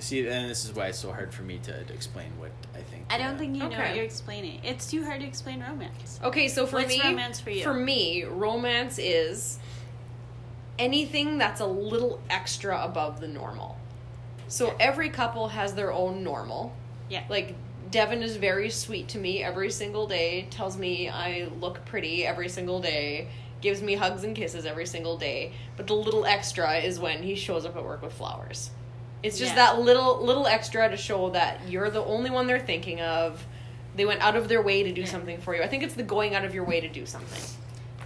Speaker 3: see and this is why it's so hard for me to, to explain what i think
Speaker 5: I don't
Speaker 3: uh,
Speaker 5: think you know
Speaker 4: Okay.
Speaker 5: what you're explaining. It's too hard to explain romance.
Speaker 4: Okay, so for
Speaker 5: What's
Speaker 4: me,
Speaker 5: romance for you?
Speaker 4: me, romance is anything that's a little extra above the normal. So every couple has their own normal.
Speaker 5: Yeah.
Speaker 4: Like Devin is very sweet to me every single day, tells me I look pretty every single day, gives me hugs and kisses every single day. But the little extra is when he shows up at work with flowers. It's just
Speaker 5: Yeah.
Speaker 4: that little little extra to show that you're the only one they're thinking of. They went out of their way to do
Speaker 5: Yeah.
Speaker 4: something for you. I think it's the going out of your way to do something,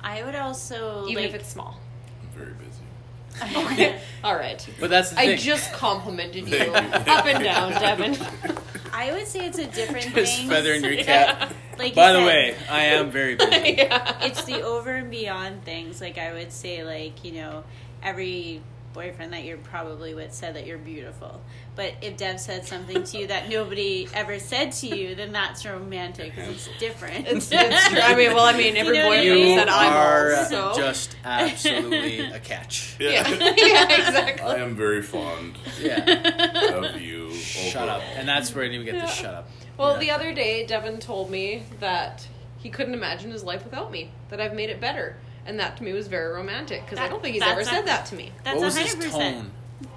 Speaker 5: I would also
Speaker 4: even
Speaker 5: like,
Speaker 4: if it's small.
Speaker 2: I'm very busy.
Speaker 4: All right.
Speaker 3: but that's the thing
Speaker 4: I just complimented you
Speaker 2: Thank you.
Speaker 4: up and down, Devin.
Speaker 5: I would say it's a different
Speaker 3: Just
Speaker 5: thing.
Speaker 3: feathering your cap
Speaker 5: Like you
Speaker 3: by the
Speaker 5: said,
Speaker 3: way i am very busy
Speaker 4: yeah.
Speaker 5: it's the over and beyond things. Like I would say, like you know, every boyfriend that you're probably with said that you're beautiful. But if Dev said something to you that nobody ever said to you, then that's romantic 'cause it's different.
Speaker 4: It's, it's true. I mean, well, I mean, every
Speaker 5: You know what I
Speaker 4: boyfriend
Speaker 5: mean?
Speaker 3: You
Speaker 4: said
Speaker 3: are uh,
Speaker 4: eyeballs, so.
Speaker 3: just absolutely a catch.
Speaker 4: yeah.
Speaker 2: Yeah.
Speaker 4: yeah, exactly.
Speaker 2: I am very fond
Speaker 3: Yeah.
Speaker 2: of you.
Speaker 3: Shut
Speaker 2: overall.
Speaker 3: up. And that's where I didn't even get
Speaker 4: Yeah.
Speaker 3: to shut up.
Speaker 4: Well,
Speaker 3: Yeah.
Speaker 4: the other day, Devin told me that he couldn't imagine his life without me, that I've made it better. And that to me was very romantic because I
Speaker 5: That-
Speaker 4: don't think he's
Speaker 5: that's
Speaker 4: ever said
Speaker 5: not-
Speaker 4: that to me.
Speaker 5: That's
Speaker 3: what was his
Speaker 5: 100%.
Speaker 3: tone?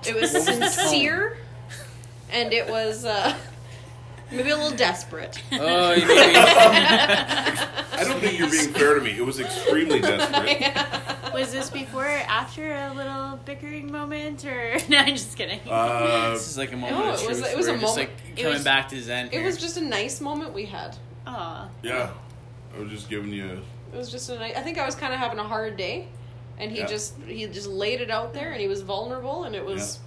Speaker 4: It was
Speaker 3: What was the tone?
Speaker 4: sincere and it was uh, maybe a little desperate.
Speaker 3: Oh, you mean-
Speaker 2: I don't think you're being fair to me. It was extremely desperate.
Speaker 5: Was this before or after a little bickering moment or no, I'm just kidding.
Speaker 2: Uh,
Speaker 3: this is like a moment
Speaker 4: No,
Speaker 3: of
Speaker 4: it was-
Speaker 3: truth.
Speaker 4: it was a
Speaker 3: where you're just,
Speaker 4: moment-
Speaker 3: like
Speaker 5: it
Speaker 3: coming
Speaker 5: was-
Speaker 3: back to Zen.
Speaker 4: It was just a nice moment we had.
Speaker 5: Aw.
Speaker 2: yeah, I was just giving you.
Speaker 4: It was just a nice, I think I was kind of having a hard day and he
Speaker 2: Yeah.
Speaker 4: just he just laid it out there and he was vulnerable and it was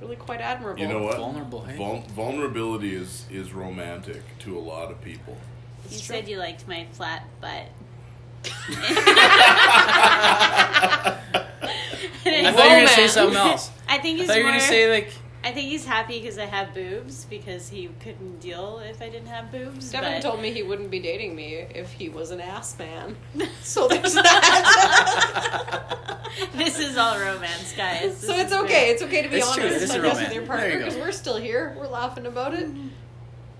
Speaker 4: really quite admirable.
Speaker 2: You know what?
Speaker 3: Vulnerable, hey?
Speaker 2: Vul- vulnerability is is romantic to a lot of people.
Speaker 5: You
Speaker 4: It's true.
Speaker 5: said you liked my flat butt.
Speaker 3: I thought you were gonna say
Speaker 4: Romance.
Speaker 3: something else.
Speaker 5: I think
Speaker 3: I
Speaker 5: he's
Speaker 3: thought you were
Speaker 5: more,
Speaker 3: gonna say like
Speaker 5: I think he's happy because I have boobs because he couldn't deal if I didn't have boobs.
Speaker 4: Devin
Speaker 5: but-
Speaker 4: told me he wouldn't be dating me if he was an ass man. So there's that.
Speaker 5: this is all romance, guys.
Speaker 4: so
Speaker 5: This
Speaker 4: it's
Speaker 5: is
Speaker 4: okay. It's okay to be
Speaker 3: It's
Speaker 4: honest.
Speaker 3: true. This is
Speaker 4: I guess, with
Speaker 3: romance.
Speaker 4: your
Speaker 3: There
Speaker 4: partner
Speaker 3: you go.
Speaker 4: because we're still here. We're laughing about it.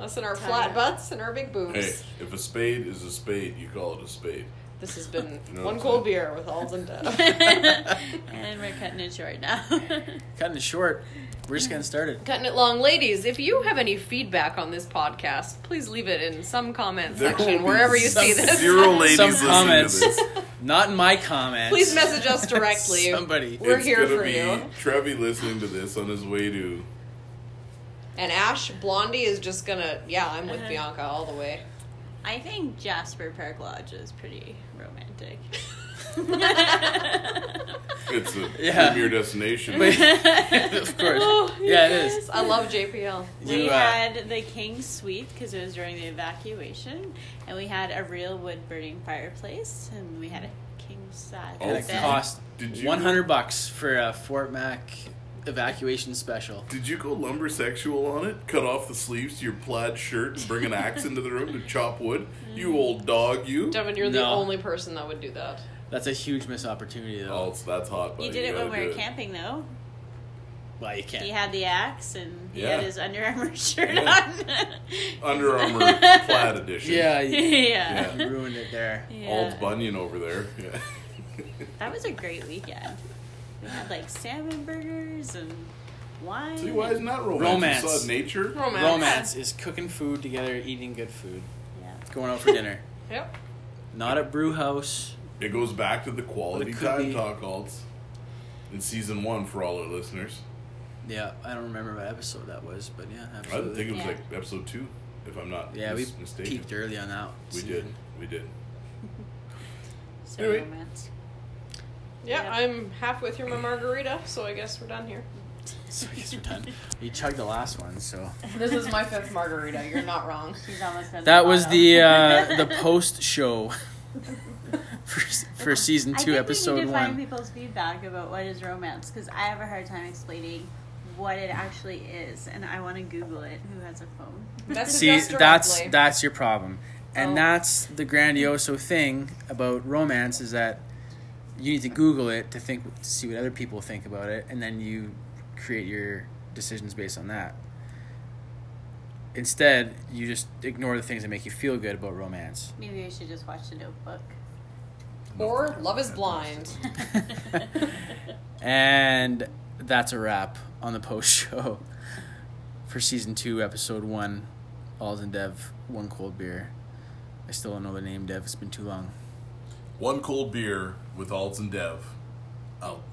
Speaker 4: Us and our
Speaker 5: Tell
Speaker 4: flat
Speaker 5: ya.
Speaker 4: butts and our big
Speaker 2: Hey,
Speaker 4: boobs.
Speaker 2: if a spade is a spade, you call it a spade.
Speaker 4: This has been
Speaker 2: You know what
Speaker 4: one
Speaker 2: I'm
Speaker 4: cold
Speaker 2: saying?
Speaker 4: beer with all and
Speaker 5: great.
Speaker 4: Dev.
Speaker 5: and we're cutting it short now.
Speaker 3: cutting it short. We're just getting started.
Speaker 4: Cutting it long, ladies. If you have any feedback on this podcast, please leave it in some comment
Speaker 2: There will
Speaker 4: section
Speaker 2: be
Speaker 4: wherever you see
Speaker 3: some
Speaker 4: this.
Speaker 2: Zero ladies
Speaker 3: Some
Speaker 2: listening
Speaker 3: comments.
Speaker 2: to this.
Speaker 3: Not in my comments.
Speaker 4: Please message us directly.
Speaker 3: Somebody.
Speaker 4: We're
Speaker 2: it's
Speaker 4: here
Speaker 2: gonna
Speaker 4: for
Speaker 2: be
Speaker 4: you.
Speaker 2: Trevi listening to this on his way to.
Speaker 4: And Ash Blondie is just gonna. Yeah, I'm with Bianca all the way.
Speaker 5: I think Jasper Park Lodge is pretty romantic.
Speaker 2: It's a
Speaker 3: Yeah.
Speaker 2: premier destination.
Speaker 3: Wait. of course. yeah, it is.
Speaker 4: I love JPL.
Speaker 5: Oh, We
Speaker 3: You, uh,
Speaker 5: had the King Suite because it was during the evacuation, and we had a real wood burning fireplace, and we had a king size
Speaker 2: Oh,
Speaker 3: And
Speaker 5: bed.
Speaker 3: it cost
Speaker 2: Did you-
Speaker 3: one hundred bucks for a Fort Mac evacuation special.
Speaker 2: Did you go lumber sexual on it? Cut off the sleeves to your plaid shirt and bring an axe into the room to chop wood? You old dog, you.
Speaker 4: Devin, you're the
Speaker 3: No.
Speaker 4: only person that would do that.
Speaker 3: That's a huge missed opportunity,
Speaker 2: Oh,
Speaker 3: though.
Speaker 2: it's- that's hot.
Speaker 5: You
Speaker 2: buddy.
Speaker 5: did it
Speaker 3: Oh,
Speaker 5: when
Speaker 2: gotta
Speaker 5: we were
Speaker 2: do
Speaker 5: camping, though.
Speaker 3: Well, you can't.
Speaker 5: He had the axe, and he
Speaker 2: Yeah.
Speaker 5: had his Under Armour shirt
Speaker 2: Under Armour plaid edition.
Speaker 3: Yeah,
Speaker 5: on.
Speaker 3: you,
Speaker 5: yeah.
Speaker 3: you ruined it there.
Speaker 5: Yeah.
Speaker 2: Old Bunyan over there. Yeah.
Speaker 5: That was a great weekend. We had like salmon burgers and wine.
Speaker 2: See, why isn't that romance?
Speaker 3: Romance.
Speaker 2: You saw nature?
Speaker 4: Romance.
Speaker 3: Romance is cooking food together, eating good food,
Speaker 5: Yeah.
Speaker 3: going out for dinner.
Speaker 4: Yep.
Speaker 3: Not at brew house.
Speaker 2: It goes back to the quality
Speaker 3: It could
Speaker 2: time
Speaker 3: be.
Speaker 2: talk alts in season one for all our listeners.
Speaker 3: Yeah, I don't remember what episode that was, but yeah,
Speaker 2: I
Speaker 3: absolutely.
Speaker 2: didn't think it was
Speaker 5: Yeah.
Speaker 2: like episode two, if I'm not
Speaker 3: yeah, we
Speaker 2: mis- mistaken.
Speaker 3: peaked early on that.
Speaker 2: we
Speaker 3: season.
Speaker 2: did. We did.
Speaker 5: So
Speaker 2: Anyway.
Speaker 5: romance.
Speaker 4: Yeah,
Speaker 5: Yep.
Speaker 4: I'm halfway through my margarita, so I guess we're done here.
Speaker 3: So I guess we're done. You chugged the last one, so
Speaker 4: This is my fifth margarita. You're not wrong.
Speaker 5: She's almost done
Speaker 3: that was
Speaker 5: bottle.
Speaker 3: the uh, the post show for for season
Speaker 5: I
Speaker 3: two,
Speaker 5: think we
Speaker 3: episode
Speaker 5: need to
Speaker 3: one.
Speaker 5: find people's feedback about what is romance because I have a hard time explaining what it actually is, and I want to Google it. Who has a phone?
Speaker 4: That's
Speaker 3: See,
Speaker 4: just
Speaker 3: that's
Speaker 4: directly.
Speaker 3: that's your problem, and
Speaker 5: Oh.
Speaker 3: that's the grandioso thing about romance is that you need to Google it to think to see what other people think about it, and then you create your decisions based on that. Instead, you just ignore the things that make you feel good about romance.
Speaker 5: Maybe I should just watch the Notebook.
Speaker 4: Or Love is Blind.
Speaker 3: And that's a wrap on the post show for season two, episode one. All's in Dev, one cold beer. I still don't know the name, Dev. It's been too long.
Speaker 2: One cold beer with alts and dev. Out.